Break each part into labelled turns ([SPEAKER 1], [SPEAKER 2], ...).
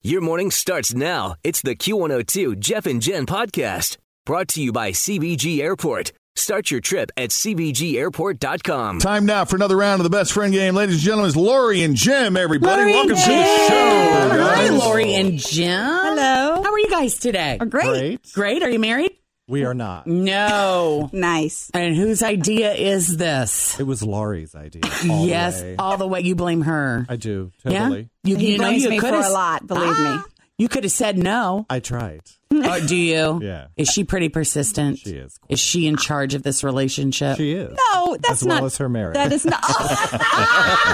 [SPEAKER 1] Your morning starts now. It's the Q102 Jeff and Jen podcast brought to you by CBG Airport. Start your trip at CBGAirport.com.
[SPEAKER 2] Time now for another round of the best friend game. Ladies and gentlemen, it's Lori and Jim, everybody.
[SPEAKER 3] Lori
[SPEAKER 2] Welcome
[SPEAKER 3] and
[SPEAKER 2] to the
[SPEAKER 3] Jim.
[SPEAKER 2] show.
[SPEAKER 3] Hi,
[SPEAKER 2] guys.
[SPEAKER 3] Lori and Jim. Hello. How are you guys today?
[SPEAKER 4] Great.
[SPEAKER 3] Great. Are you married?
[SPEAKER 4] We are not.
[SPEAKER 3] No.
[SPEAKER 5] Nice.
[SPEAKER 3] and whose idea is this?
[SPEAKER 4] It was Laurie's idea. all the
[SPEAKER 3] yes,
[SPEAKER 4] way.
[SPEAKER 3] all the way. You blame her.
[SPEAKER 4] I do
[SPEAKER 3] yeah.
[SPEAKER 4] totally.
[SPEAKER 3] You,
[SPEAKER 5] He
[SPEAKER 3] you know
[SPEAKER 5] blames
[SPEAKER 3] you
[SPEAKER 5] me
[SPEAKER 3] could Ah!
[SPEAKER 5] for a lot, believe me.
[SPEAKER 3] You could have said no.
[SPEAKER 4] I tried.
[SPEAKER 3] Or do you?
[SPEAKER 4] Yeah.
[SPEAKER 3] Is she pretty persistent?
[SPEAKER 4] She is.
[SPEAKER 3] Is she in charge of this relationship?
[SPEAKER 4] She is.
[SPEAKER 5] No, that's
[SPEAKER 4] as well
[SPEAKER 5] not.
[SPEAKER 4] as her marriage.
[SPEAKER 5] That is not.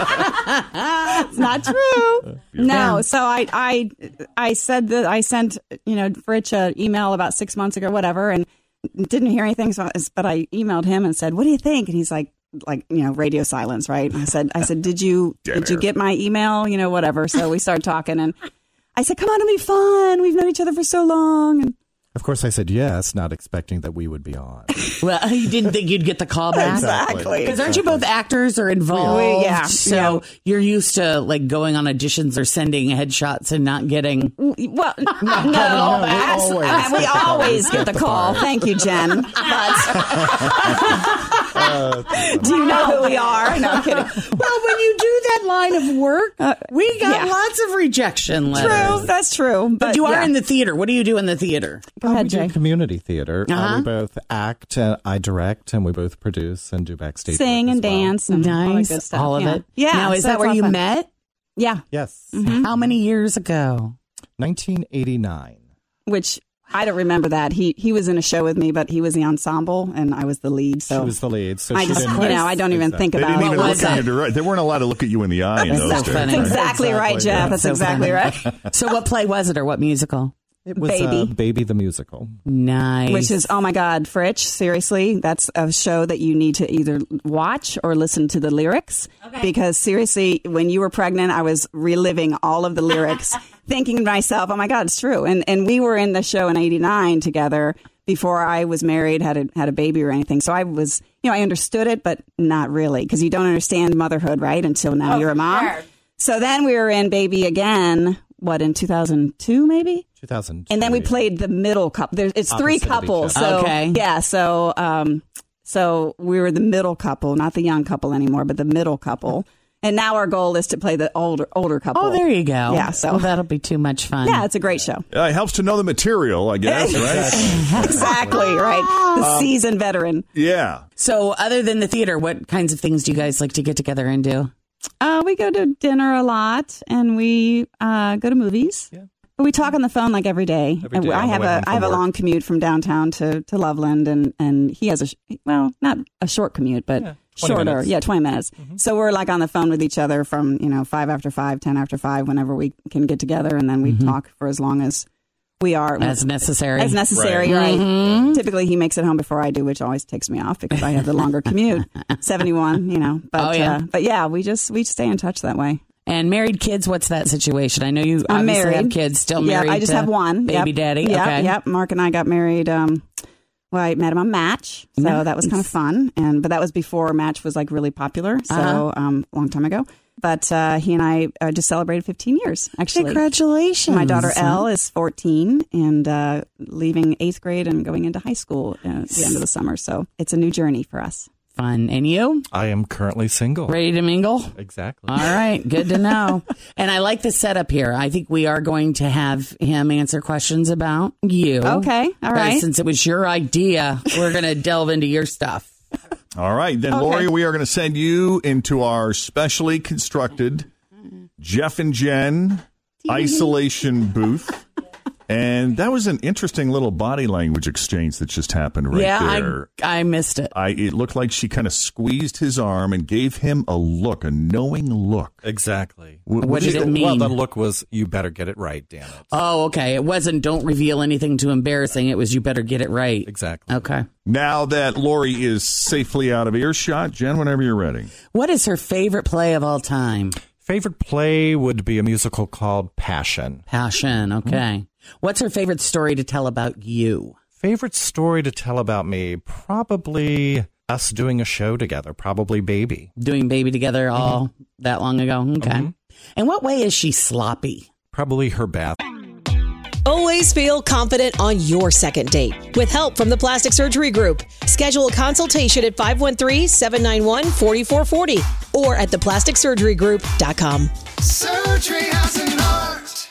[SPEAKER 5] it's not true. No. So I, I, I said that I sent you know Fritch an email about six months ago, whatever, and didn't hear anything. So, but I emailed him and said, "What do you think?" And he's like, like you know, radio silence, right? And I said, I said, did you did you get my email? You know, whatever. So we started talking, and I said, "Come on, it'll be fun. We've known each other for so long." And
[SPEAKER 4] Of course, I said yes, not expecting that we would be on.
[SPEAKER 3] Well, you didn't think you'd get the call back.
[SPEAKER 4] Exactly.
[SPEAKER 3] Because aren't you both actors or involved?
[SPEAKER 5] We- yeah,
[SPEAKER 3] So you're used to like going on auditions or sending headshots and not getting.
[SPEAKER 5] Well, no,
[SPEAKER 4] we
[SPEAKER 5] that's-
[SPEAKER 4] always
[SPEAKER 5] I- we
[SPEAKER 4] get the
[SPEAKER 5] always
[SPEAKER 4] part.
[SPEAKER 5] get the call. Thank you, Jen. But do you know who we are? No I'm kidding.
[SPEAKER 3] Well, when you do that line of work, we got
[SPEAKER 5] Uh, yeah.
[SPEAKER 3] lots of rejection letters.
[SPEAKER 5] True, that's true. But,
[SPEAKER 3] But you are
[SPEAKER 5] yeah.
[SPEAKER 3] in the theater. What do you do in the theater?
[SPEAKER 5] Go ahead,
[SPEAKER 4] we do
[SPEAKER 5] Jay.
[SPEAKER 4] community theater. Uh,
[SPEAKER 3] Uh-huh.
[SPEAKER 4] we both act, and I direct, and we both produce and do backstage.
[SPEAKER 5] Sing
[SPEAKER 4] work as
[SPEAKER 5] and
[SPEAKER 4] well.
[SPEAKER 5] dance and all that good stuff.
[SPEAKER 3] all of
[SPEAKER 5] yeah.
[SPEAKER 3] it.
[SPEAKER 5] Yeah.
[SPEAKER 3] Now, is
[SPEAKER 5] so
[SPEAKER 3] that
[SPEAKER 5] it's
[SPEAKER 3] where
[SPEAKER 5] all
[SPEAKER 3] you
[SPEAKER 5] fun.
[SPEAKER 3] met?
[SPEAKER 5] Yeah,
[SPEAKER 4] Yes,
[SPEAKER 5] Mm-hmm.
[SPEAKER 3] How many years ago?
[SPEAKER 4] 1989.
[SPEAKER 5] which I don't remember that. He he was in a show with me, but he was the ensemble and I was the lead. So
[SPEAKER 4] she was the lead, so
[SPEAKER 5] Oh. I
[SPEAKER 4] she
[SPEAKER 5] just
[SPEAKER 4] didn't.
[SPEAKER 5] you know I don't even think
[SPEAKER 2] They
[SPEAKER 5] about
[SPEAKER 2] didn't
[SPEAKER 3] What
[SPEAKER 2] even
[SPEAKER 3] was
[SPEAKER 2] look at you
[SPEAKER 3] it?
[SPEAKER 2] direct. They weren't allowed to look at you in the eye in
[SPEAKER 3] That's
[SPEAKER 2] those
[SPEAKER 3] so
[SPEAKER 2] days.
[SPEAKER 3] funny.
[SPEAKER 2] right?
[SPEAKER 5] exactly, right,
[SPEAKER 4] Exactly, yeah.
[SPEAKER 5] Jeff. That's
[SPEAKER 3] So
[SPEAKER 5] exactly
[SPEAKER 3] funny.
[SPEAKER 5] right.
[SPEAKER 3] So, what play was it or what musical?
[SPEAKER 4] It was Uh,
[SPEAKER 5] Baby.
[SPEAKER 4] Baby the musical.
[SPEAKER 3] Nice.
[SPEAKER 5] Which is, oh my God, Fritch, seriously, that's a show that you need to either watch or listen to the lyrics. Because seriously, when you were pregnant, I was reliving all of the lyrics, thinking to myself, oh my God, it's true. And, and we were in the show in 89 together before I was married, had a, had a baby or anything. So I was, you know, I understood it, but not really because you don't understand motherhood, right? Until now you're a mom. So then we were in Baby again, what, in 2002 maybe?
[SPEAKER 4] 2000.
[SPEAKER 5] and then we played the middle couple. There's it's three
[SPEAKER 4] Opposite of each
[SPEAKER 5] couples.
[SPEAKER 3] other.
[SPEAKER 5] So
[SPEAKER 3] Okay.
[SPEAKER 5] yeah, so um, so we were the middle couple, not the young couple anymore, but the middle couple. And now our goal is to play the older older couple.
[SPEAKER 3] Oh, there you go.
[SPEAKER 5] Yeah, so-
[SPEAKER 3] Well, that'll be too much fun.
[SPEAKER 5] Yeah, it's a great show.
[SPEAKER 2] Uh, it helps to know the material, I guess, right?
[SPEAKER 5] Exactly right.
[SPEAKER 3] Um,
[SPEAKER 5] The seasoned veteran.
[SPEAKER 2] yeah.
[SPEAKER 3] So, other than the theater, what kinds of things do you guys like to get together and do?
[SPEAKER 5] Uh, we go to dinner a lot, and we uh, go to movies. We talk on the phone like every day.
[SPEAKER 4] Every day
[SPEAKER 5] I
[SPEAKER 4] on the
[SPEAKER 5] have
[SPEAKER 4] way home
[SPEAKER 5] a I
[SPEAKER 4] from
[SPEAKER 5] have a
[SPEAKER 4] work.
[SPEAKER 5] long commute from downtown to, to Loveland, and, and he has a sh- well not a short commute, but
[SPEAKER 4] 20
[SPEAKER 5] shorter.
[SPEAKER 4] minutes. Mm-hmm.
[SPEAKER 5] Yeah, twenty minutes. So we're like on the phone with each other from you know five after five, ten after five, whenever we can get together, and then we
[SPEAKER 4] Mm-hmm.
[SPEAKER 5] talk for as long as we are
[SPEAKER 3] As necessary.
[SPEAKER 5] as necessary, right?
[SPEAKER 3] Mm-hmm.
[SPEAKER 5] Typically, he makes it home before I do, which always takes me off because I have the longer commute, seventy-one. You know, but
[SPEAKER 3] Oh, yeah.
[SPEAKER 5] Uh, but yeah, we just we stay in touch that way.
[SPEAKER 3] And married kids, what's that situation? I know you
[SPEAKER 5] I'm
[SPEAKER 3] obviously
[SPEAKER 5] married.
[SPEAKER 3] have kids, still
[SPEAKER 5] yeah,
[SPEAKER 3] married.
[SPEAKER 5] I just
[SPEAKER 3] to
[SPEAKER 5] have one
[SPEAKER 3] baby
[SPEAKER 5] Yep.
[SPEAKER 3] daddy.
[SPEAKER 5] Yep,
[SPEAKER 3] okay,
[SPEAKER 5] yep. Mark and I got married. Um, well, I met him on Match, so that was kind of fun. And but that was before Match was like really popular, so
[SPEAKER 3] Uh-huh.
[SPEAKER 5] um, a long time ago. But uh, he and I uh, just celebrated 15 years. Actually,
[SPEAKER 3] Congratulations,
[SPEAKER 5] My daughter Elle is 14 and uh, leaving eighth grade and going into high school uh, at the end of the summer. So it's a new journey for us.
[SPEAKER 3] Fun, and you
[SPEAKER 4] I am currently single.
[SPEAKER 3] ready to mingle?
[SPEAKER 4] Exactly.
[SPEAKER 5] Uh,
[SPEAKER 3] All right, good to know. and I like the setup here. I think we are going to have him answer questions about you.
[SPEAKER 5] Okay, all
[SPEAKER 3] Uh,
[SPEAKER 5] right.
[SPEAKER 3] Since it was your idea, we're going to delve into your stuff.
[SPEAKER 2] All right. Then, Lori, we are going to send you into our specially constructed Jeff and Jen isolation booth. And that was an interesting little body language exchange that just happened right
[SPEAKER 3] yeah,
[SPEAKER 2] there.
[SPEAKER 3] I, I missed it.
[SPEAKER 2] I, it looked like she kind of squeezed his arm and gave him a look, a knowing look.
[SPEAKER 4] Exactly.
[SPEAKER 2] W-
[SPEAKER 3] What
[SPEAKER 2] was
[SPEAKER 3] did it mean?
[SPEAKER 4] Well, the look was you better get it right, damn it.
[SPEAKER 3] Oh, okay. It wasn't don't reveal anything too embarrassing. It was you better get it right.
[SPEAKER 5] Uh,
[SPEAKER 4] Exactly.
[SPEAKER 3] Okay.
[SPEAKER 2] Now that Lori is safely out of earshot, Jen, whenever you're ready.
[SPEAKER 3] What is her favorite play of all time?
[SPEAKER 4] Favorite play would be a musical called Passion.
[SPEAKER 3] Passion. Okay. What's her favorite story to tell about you?
[SPEAKER 4] Favorite story to tell about me? Probably us doing a show together, probably Baby.
[SPEAKER 3] Doing baby together all
[SPEAKER 2] Mm-hmm.
[SPEAKER 3] that long ago. Okay. And what way is she sloppy?
[SPEAKER 4] Probably her bath.
[SPEAKER 6] Always feel confident on your second date. With help from the Plastic Surgery Group, schedule a consultation at 513 791 4440 or at theplasticsurgerygroup.com.
[SPEAKER 7] Surgery has an art.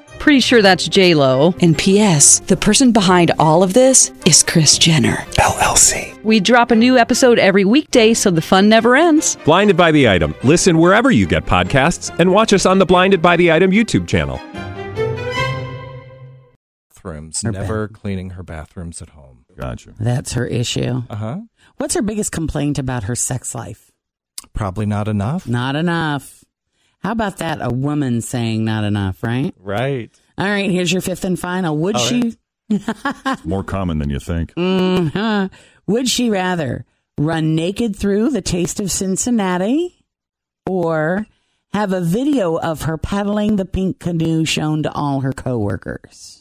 [SPEAKER 8] Pretty sure that's J Lo.
[SPEAKER 6] Oh, And P.S. The person behind all of this is Chris Jenner.
[SPEAKER 9] LLC.
[SPEAKER 8] We drop a new episode every weekday, so the fun never ends.
[SPEAKER 9] Blinded by the item. Listen wherever you get podcasts, and watch us on the Blinded by the Item YouTube channel.
[SPEAKER 4] Bathrooms.
[SPEAKER 3] Her
[SPEAKER 4] Never cleaning her bathrooms at home.
[SPEAKER 2] Gotcha.
[SPEAKER 3] That's her issue.
[SPEAKER 4] Uh huh.
[SPEAKER 3] What's her biggest complaint about her sex life?
[SPEAKER 4] Probably not enough.
[SPEAKER 3] Not enough. How about that? A woman saying not enough, right?
[SPEAKER 4] Right.
[SPEAKER 3] All right. Here's your fifth and final. Would
[SPEAKER 4] All
[SPEAKER 3] she?
[SPEAKER 4] right.
[SPEAKER 2] It's more common than you think.
[SPEAKER 3] Uh-huh. Would she rather run naked through the taste of Cincinnati or have a video of her paddling the pink canoe shown to all her coworkers?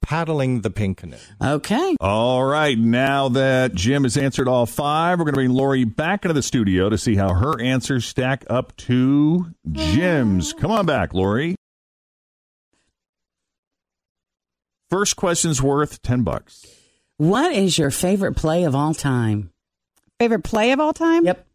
[SPEAKER 4] Paddling the pink canoe.
[SPEAKER 3] Okay.
[SPEAKER 2] All right, now that Jim has answered all five, we're going to bring Lori back into the studio to see how her answers stack up to Jim's. Come on back, Lori. First question's worth 10 bucks.
[SPEAKER 3] What is your favorite play of all time?
[SPEAKER 5] Favorite play of all time?
[SPEAKER 3] Yep.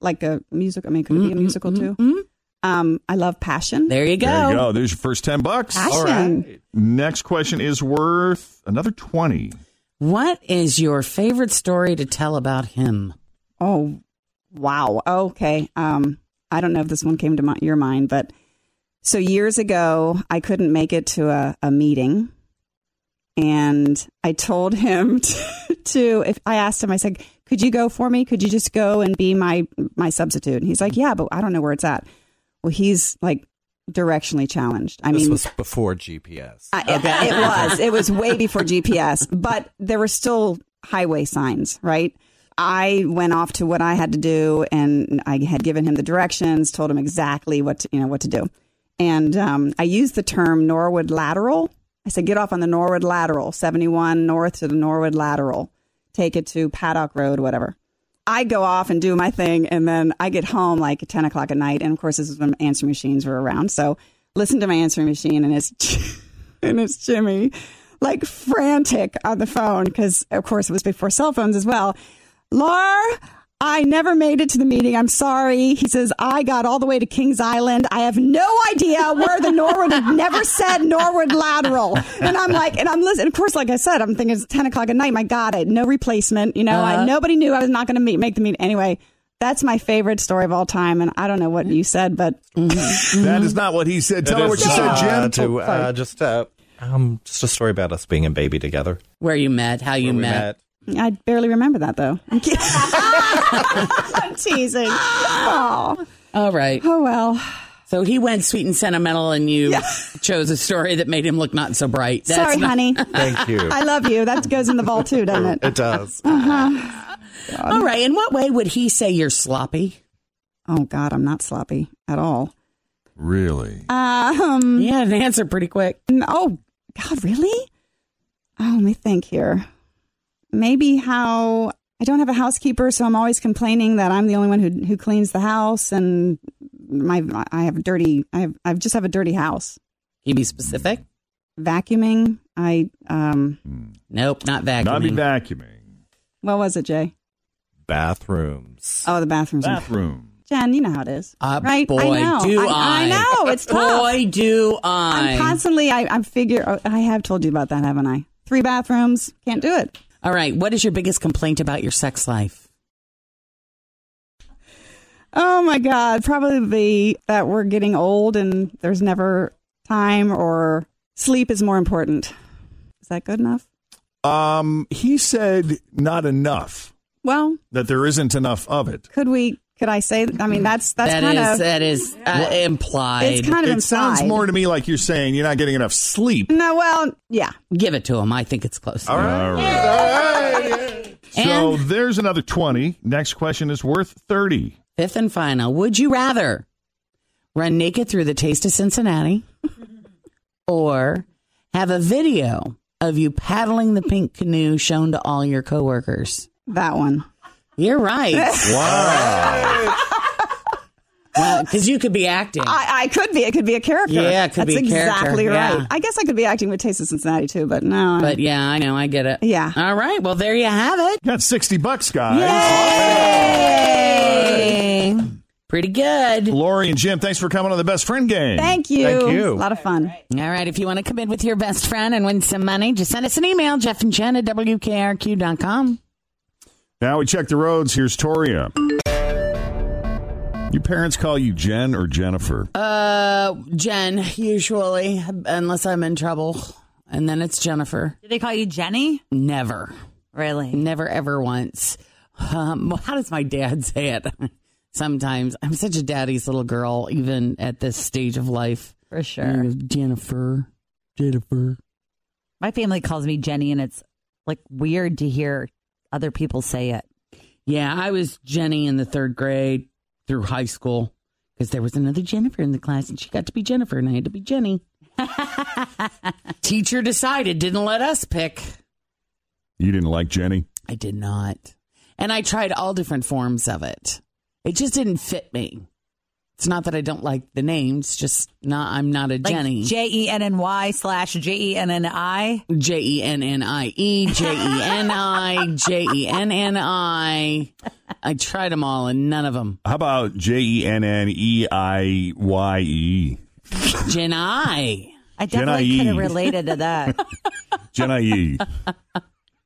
[SPEAKER 5] Like a musical. I mean, could it be a musical too?
[SPEAKER 3] Mm.
[SPEAKER 5] Um, I love Passion.
[SPEAKER 3] There you go.
[SPEAKER 2] There you go. There's your first 10 bucks.
[SPEAKER 5] Passion.
[SPEAKER 2] Next question is worth another 20.
[SPEAKER 3] What is your favorite story to tell about him?
[SPEAKER 5] Oh, wow. Okay. Um, I don't know if this one came to my, your mind, but so years ago, I couldn't make it to a, a meeting. And I told him to, to, if I asked him, I said, could you go for me? Could you just go and be my, my substitute? And he's like, yeah, but I don't know where it's at. Well, he's like directionally challenged. I
[SPEAKER 4] this
[SPEAKER 5] mean,
[SPEAKER 4] was before GPS.
[SPEAKER 5] I, Uh, it was. It was way before GPS, but there were still highway signs, right? I went off to what I had to do, and I had given him the directions, told him exactly what to, you know what to do, and um, I used the term Norwood lateral. I said, "Get off on the Norwood lateral, seventy-one north to the Norwood lateral. Take it to Paddock Road, whatever." I go off and do my thing, and then I get home like at ten o'clock at night. And of course, this is when answering machines were around. So listen to my answering machine, and it's and it's Jimmy, like frantic on the phone because of course it was before cell phones as well. Laura, I never made it to the meeting. I'm sorry. He says I got all the way to Kings Island. I have no idea where the Norwood never said Norwood lateral. And I'm like, and I'm listening. Of course, like I said, I'm thinking it's ten o'clock at night. My God, I had no replacement. You know, I, nobody knew I was not going to meet make the meeting anyway. That's my favorite story of all time, and I don't know what you said, but
[SPEAKER 2] That is not what he said. Tell her what you said, Jim.
[SPEAKER 4] Uh, to, uh, just, uh, um, just a story about us being a baby together.
[SPEAKER 3] Where you met, how you
[SPEAKER 4] Where we
[SPEAKER 3] met.
[SPEAKER 5] I barely remember that though. I'm, kidding. I'm teasing. Oh,
[SPEAKER 3] All right.
[SPEAKER 5] oh well.
[SPEAKER 3] So he went sweet and sentimental, and you chose a story that made him look not so bright. That's
[SPEAKER 5] Sorry,
[SPEAKER 3] not-
[SPEAKER 5] honey.
[SPEAKER 4] Thank you.
[SPEAKER 5] I love you. That goes in the vault too, doesn't it?
[SPEAKER 4] it does.
[SPEAKER 3] All right. In what way would he say you're sloppy?
[SPEAKER 5] Oh God, I'm not sloppy at all.
[SPEAKER 2] Really?
[SPEAKER 5] Um.
[SPEAKER 3] Yeah, an answer pretty quick.
[SPEAKER 5] Oh God, really? Oh, let me think here. Maybe how I don't have a housekeeper, so I'm always complaining that I'm the only one who who cleans the house, and my I have dirty. I have I just have a dirty house.
[SPEAKER 3] Can you be specific?
[SPEAKER 5] Vacuuming. I um.
[SPEAKER 3] Nope, not vacuuming.
[SPEAKER 2] Not be vacuuming.
[SPEAKER 5] What was it, Jay?
[SPEAKER 4] Bathrooms.
[SPEAKER 5] Oh, the bathrooms.
[SPEAKER 2] Bathroom.
[SPEAKER 5] Jen, you know how it is,
[SPEAKER 3] Uh,
[SPEAKER 5] right?
[SPEAKER 3] Boy,
[SPEAKER 5] I know.
[SPEAKER 3] do I.
[SPEAKER 5] I, know it's tough.
[SPEAKER 3] Boy, do I.
[SPEAKER 5] I'm constantly. I, I figure. oh, I have told you about that, haven't I? Three bathrooms. Can't do it.
[SPEAKER 3] All right. What is your biggest complaint about your sex life?
[SPEAKER 5] Oh my God. Probably that we're getting old and there's never time or sleep is more important. Is that good enough?
[SPEAKER 2] Um, he said not enough.
[SPEAKER 5] Well,
[SPEAKER 2] That there isn't enough of it.
[SPEAKER 5] could we, could I say, I mean, that's, that's
[SPEAKER 3] That
[SPEAKER 5] kind
[SPEAKER 3] is-
[SPEAKER 5] of,
[SPEAKER 3] that is uh, implied.
[SPEAKER 5] it's kind of
[SPEAKER 2] it
[SPEAKER 5] implied.
[SPEAKER 2] sounds more to me like you're saying you're not getting enough sleep.
[SPEAKER 5] No, well, yeah.
[SPEAKER 3] Give it to him. I think it's close.
[SPEAKER 2] All right. So there's another 20. Next question is worth 30.
[SPEAKER 3] Fifth and final. Would you rather run naked through the taste of Cincinnati or have a video of you paddling the pink canoe shown to all your coworkers?
[SPEAKER 5] That one.
[SPEAKER 3] You're right.
[SPEAKER 2] Wow.
[SPEAKER 3] Because you could be acting.
[SPEAKER 5] I, I could be. It could be a character.
[SPEAKER 3] Yeah, it could
[SPEAKER 5] That's
[SPEAKER 3] be a character,
[SPEAKER 5] exactly
[SPEAKER 3] yeah.
[SPEAKER 5] right. I guess I could be acting with Taste of Cincinnati too, but no.
[SPEAKER 3] But yeah, I know. I get it.
[SPEAKER 5] Yeah.
[SPEAKER 3] All right. Well, there you have it.
[SPEAKER 2] Got 60 bucks, guys.
[SPEAKER 3] Pretty good.
[SPEAKER 2] Lori and Jim, thanks for coming on the Best Friend Game.
[SPEAKER 5] thank you.
[SPEAKER 4] Thank you.
[SPEAKER 5] A lot of fun.
[SPEAKER 3] All right, if you want to come in with your best friend and win some money, just send us an email, Jeff and Jen at WKRQ.com.
[SPEAKER 2] Now we check the roads. Here's Toria. Your parents call you Jen or Jennifer.
[SPEAKER 3] Uh, Jen, usually, unless I'm in trouble. And then it's Jennifer.
[SPEAKER 10] Do they call you Jenny?
[SPEAKER 3] Never,
[SPEAKER 10] Really?
[SPEAKER 3] never, ever once. Um, well, how does my dad say it? Sometimes I'm such a daddy's little girl, even at this stage of life.
[SPEAKER 10] For sure.
[SPEAKER 6] Mm.
[SPEAKER 3] Jennifer, Jennifer.
[SPEAKER 10] My family calls me Jenny, and it's like weird to hear other people say it.
[SPEAKER 3] Yeah, I was Jenny in the third grade through high school because there was another Jennifer in the class and she got to be Jennifer and I had to be Jenny. Teacher decided, didn't let us pick.
[SPEAKER 2] You didn't like Jenny.
[SPEAKER 3] I did not. And I tried all different forms of it. It just didn't fit me. It's not that I don't like the names, just not I'm not a Jenny.
[SPEAKER 10] J E N N Y slash J E N N I.
[SPEAKER 3] J E N N I E, J E N I, J E N N I. I tried them all and none of them.
[SPEAKER 2] How about J E N N E I Y E?
[SPEAKER 3] Jen I.
[SPEAKER 10] I definitely
[SPEAKER 2] Jenny.
[SPEAKER 10] could have related to that.
[SPEAKER 2] Jen I E.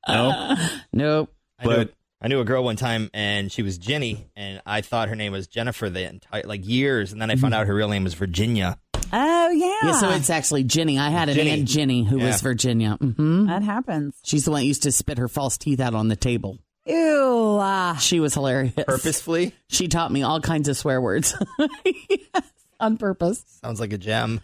[SPEAKER 2] No?
[SPEAKER 3] Nope.
[SPEAKER 2] But-
[SPEAKER 11] I knew, I knew a girl one time, and she was Jenny, and I thought her name was Jennifer the entire like years, and then I found
[SPEAKER 2] Mm-hmm.
[SPEAKER 11] out her real name was Virginia.
[SPEAKER 10] oh yeah.
[SPEAKER 3] Yeah,
[SPEAKER 5] Ah.
[SPEAKER 3] so it's actually Jenny. I had an
[SPEAKER 11] Jenny.
[SPEAKER 3] aunt Jenny who
[SPEAKER 11] Yeah.
[SPEAKER 3] was Virginia. hmm
[SPEAKER 10] that happens.
[SPEAKER 3] She's the one that used to spit her false teeth out on the table.
[SPEAKER 10] Ew. uh,
[SPEAKER 3] She was hilarious.
[SPEAKER 11] Purposefully
[SPEAKER 3] She taught me all kinds of swear words. yes, on purpose.
[SPEAKER 11] sounds like a gem.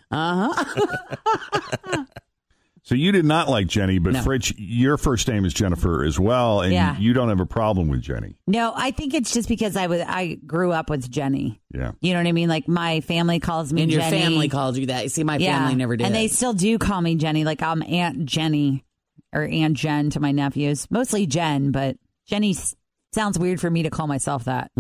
[SPEAKER 2] So you did not like Jenny, but
[SPEAKER 3] No.
[SPEAKER 2] Fritch, your first name is Jennifer as well, and
[SPEAKER 10] Yeah.
[SPEAKER 2] you don't have a problem with Jenny.
[SPEAKER 10] No, I think it's just because I was I grew up with Jenny.
[SPEAKER 2] Yeah.
[SPEAKER 10] You know what I mean? Like my family calls me
[SPEAKER 3] And your
[SPEAKER 10] Jenny.
[SPEAKER 3] family called you that. You see, my
[SPEAKER 10] yeah.
[SPEAKER 3] family never did.
[SPEAKER 10] And they still do call me Jenny. Like I'm Aunt Jenny or Aunt Jen to my nephews. Mostly Jen, but Jenny s- sounds weird for me to call myself that.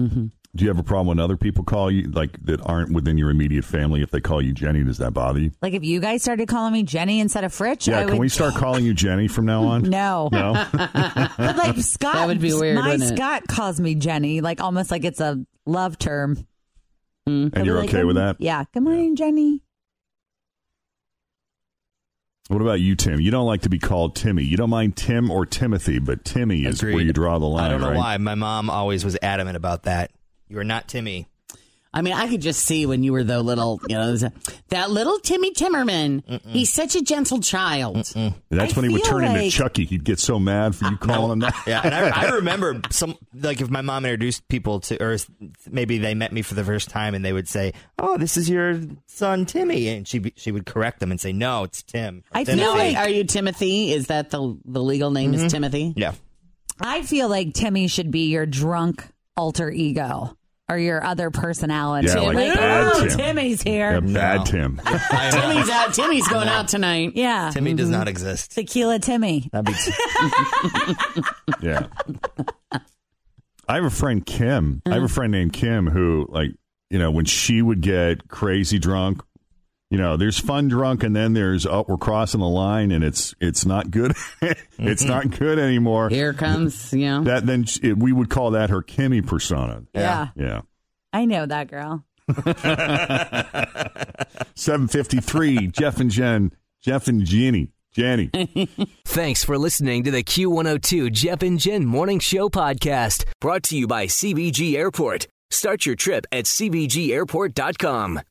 [SPEAKER 2] Do you have a problem when other people call you like that aren't within your immediate family? If they call you Jenny, does that bother you?
[SPEAKER 10] Like if you guys started calling me Jenny instead of Fritch,
[SPEAKER 2] Yeah,
[SPEAKER 10] I
[SPEAKER 2] can
[SPEAKER 10] would
[SPEAKER 2] we start calling you Jenny from now on?
[SPEAKER 10] No.
[SPEAKER 2] No.
[SPEAKER 10] But like Scott
[SPEAKER 3] That would be weird,
[SPEAKER 10] My
[SPEAKER 3] wouldn't it?
[SPEAKER 10] Scott calls me Jenny, like almost like it's a love term.
[SPEAKER 2] and you're
[SPEAKER 10] Like,
[SPEAKER 2] okay with that?
[SPEAKER 10] Yeah. Good morning, Jenny.
[SPEAKER 2] What about you, Tim? You don't like to be called Timmy. You don't mind Tim or Timothy, but Timmy is where
[SPEAKER 11] Agreed.
[SPEAKER 2] you draw the line,
[SPEAKER 11] I don't know
[SPEAKER 2] right?
[SPEAKER 11] why. My mom always was adamant about that. You are not Timmy.
[SPEAKER 3] I mean, I could just see when you were the little, you know, that little Timmy Timmerman. He's such a gentle child.
[SPEAKER 2] That's
[SPEAKER 10] I
[SPEAKER 2] when he would
[SPEAKER 10] feel
[SPEAKER 2] turn into
[SPEAKER 10] like-
[SPEAKER 2] Chucky. He'd get so mad for you calling him that.
[SPEAKER 11] Yeah, and I, I remember some like if my mom introduced people to, or maybe they met me for the first time, and they would say, "Oh, this is your son Timmy," and she she would correct them and say, "No, it's Tim."
[SPEAKER 10] I feel
[SPEAKER 11] Timothy."
[SPEAKER 3] No,
[SPEAKER 10] like-
[SPEAKER 3] are you Timothy? Is that the the legal name? Is Timothy?
[SPEAKER 11] yeah.
[SPEAKER 10] I feel like Timmy should be your drunk alter ego or your other personality. oh,
[SPEAKER 2] Yeah, like bad Tim.
[SPEAKER 10] Timmy's
[SPEAKER 2] Yeah,
[SPEAKER 10] here.
[SPEAKER 2] bad
[SPEAKER 11] No.
[SPEAKER 2] Tim.
[SPEAKER 11] I am-
[SPEAKER 3] Timmy's out. Timmy's going out tonight.
[SPEAKER 10] Yeah.
[SPEAKER 11] Timmy does
[SPEAKER 10] Mhm.
[SPEAKER 11] not exist.
[SPEAKER 10] Tequila Timmy.
[SPEAKER 11] That'd be
[SPEAKER 2] Yeah. I have a friend Kim. I have a friend named Kim who like, you know, when she would get crazy drunk, you know, there's fun drunk and then there's oh, we're crossing the line and it's it's not good. it's not good anymore.
[SPEAKER 3] Here comes, you know.
[SPEAKER 2] That then sh- it, we would call that her Kimmy persona.
[SPEAKER 10] Yeah.
[SPEAKER 2] Yeah.
[SPEAKER 10] I know that girl.
[SPEAKER 2] 753, Jeff and Jen, Jeff and Jeannie, Jenny.
[SPEAKER 1] Thanks for listening to the Q102 Jeff and Jen Morning Show podcast, brought to you by CBG Airport. Start your trip at CBGAirport.com.